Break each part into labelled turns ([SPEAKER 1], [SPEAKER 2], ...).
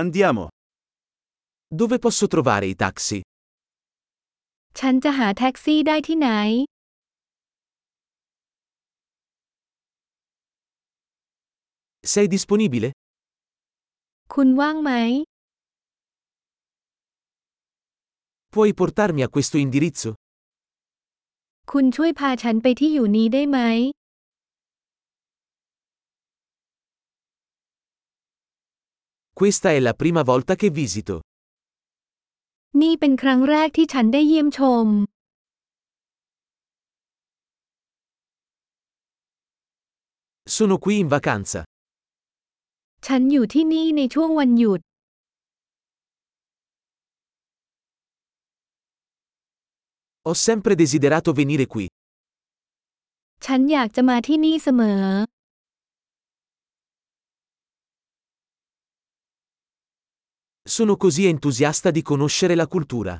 [SPEAKER 1] Andiamo. Dove posso trovare i taxi?
[SPEAKER 2] ฉันจะหาแท็กซี่ได้ที่ไหน
[SPEAKER 1] Sei disponibile?
[SPEAKER 2] คุณว่างไหม
[SPEAKER 1] Puoi portarmi a questo indirizzo?
[SPEAKER 2] คุณช่วยพาฉันไปที่อยู่นี้ได้ไหม
[SPEAKER 1] Questa è la prima volta che visito.
[SPEAKER 2] นี่เป็นครั้งแรกที่ฉันได้เยี่ยมชม
[SPEAKER 1] Sono qui in vacanza.
[SPEAKER 2] ฉันอยู่ที่นี่ในช่วงวันหยุด
[SPEAKER 1] Ho sempre desiderato venire qui.
[SPEAKER 2] ฉันอยากจะมาที่นี่เสมอ
[SPEAKER 1] Sono così entusiasta di conoscere la cultura.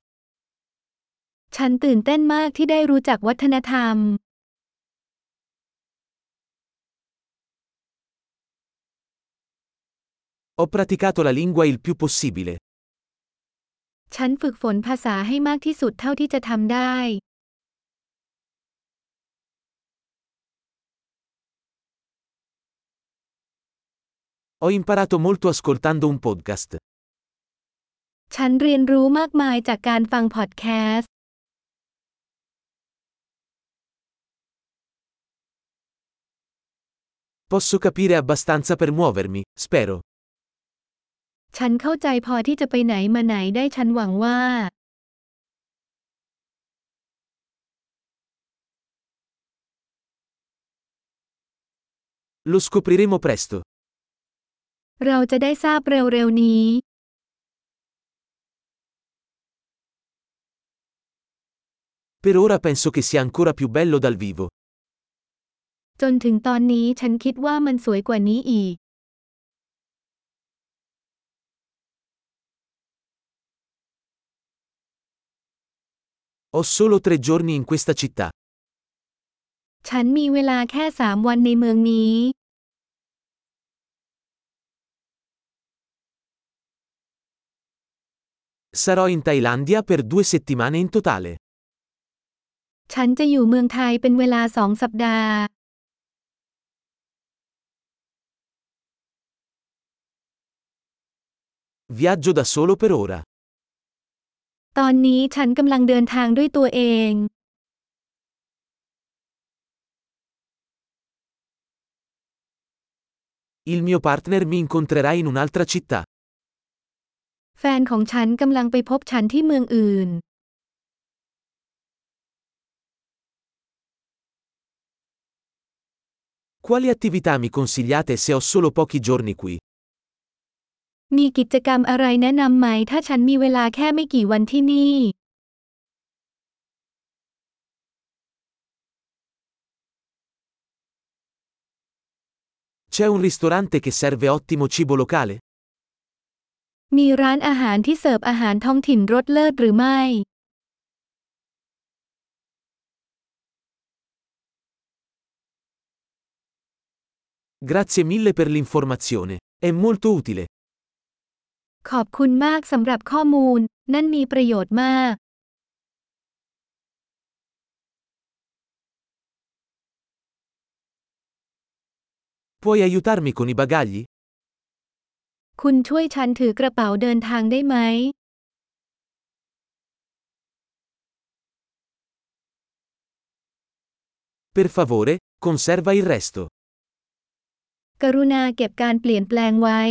[SPEAKER 2] ฉันตื่นเต้นมากที่ได้รู้จักวัฒนธรรม
[SPEAKER 1] Ho praticato la lingua il più possibile.
[SPEAKER 2] ฉันฝึกฝนภาษาให้มากที่สุดเท่าที่จะทำได้
[SPEAKER 1] Ho imparato molto ascoltando un podcast.
[SPEAKER 2] ฉันเรียนรู้มากมายจากการฟังพอดแคสต์
[SPEAKER 1] Posso capire abbastanza per muovermi, spero.
[SPEAKER 2] ฉันเข้าใจพอที่จะไปไหนมาไหนได้ฉันหวังว่า
[SPEAKER 1] Lo scopriremo presto.
[SPEAKER 2] เราจะได้ทราบเร็วๆนี้
[SPEAKER 1] Per ora penso che sia ancora più bello dal vivo.
[SPEAKER 2] จนถึงตอนนี้ฉันคิดว่ามันสวยกว่านี้อีก
[SPEAKER 1] Ho solo tre giorni in questa città.
[SPEAKER 2] ฉันมีเวลาแค่สามวันในเมืองนี้
[SPEAKER 1] Sarò in Thailandia per due settimane in totale.
[SPEAKER 2] ฉันจะอยู่เมืองไทยเป็นเวลาสองสัปดาห์
[SPEAKER 1] Viaggio da solo per ora.
[SPEAKER 2] ตอนนี้ฉันกำลังเดินทางด้วยตัวเอง
[SPEAKER 1] Il mio partner mi incontrerà in un'altra città.
[SPEAKER 2] แฟนของฉันกำลังไปพบฉันที่เมืองอื่น
[SPEAKER 1] Quali attività mi consigliate se ho solo pochi giorni qui?
[SPEAKER 2] มีกิจกรรมอะไรแนะนำไหมถ้าฉันมีเวลาแค่ไม่กี่วันที่นี่
[SPEAKER 1] C'è un ristorante che serve ottimo cibo locale?
[SPEAKER 2] มีร้านอาหารที่เสิร์ฟอาหารท้องถิ่นรสเลิศหรือไม่
[SPEAKER 1] Grazie mille per l'informazione. È molto utile.
[SPEAKER 2] ขอบคุณมากสำหรับข้อมูล นั่นมีประโยชน์มาก
[SPEAKER 1] Puoi aiutarmi con i bagagli?
[SPEAKER 2] คุณช่วยฉันถือกระเป๋าเดินทางได้ไหม
[SPEAKER 1] Per favore, conserva il resto.
[SPEAKER 2] กรุณาเก็บการเปลี่ยนแปลงไว้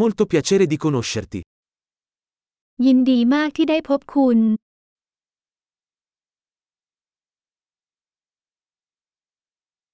[SPEAKER 1] Molto piacere di conoscerti.
[SPEAKER 2] ยินดีมากที่ได้พบคุณ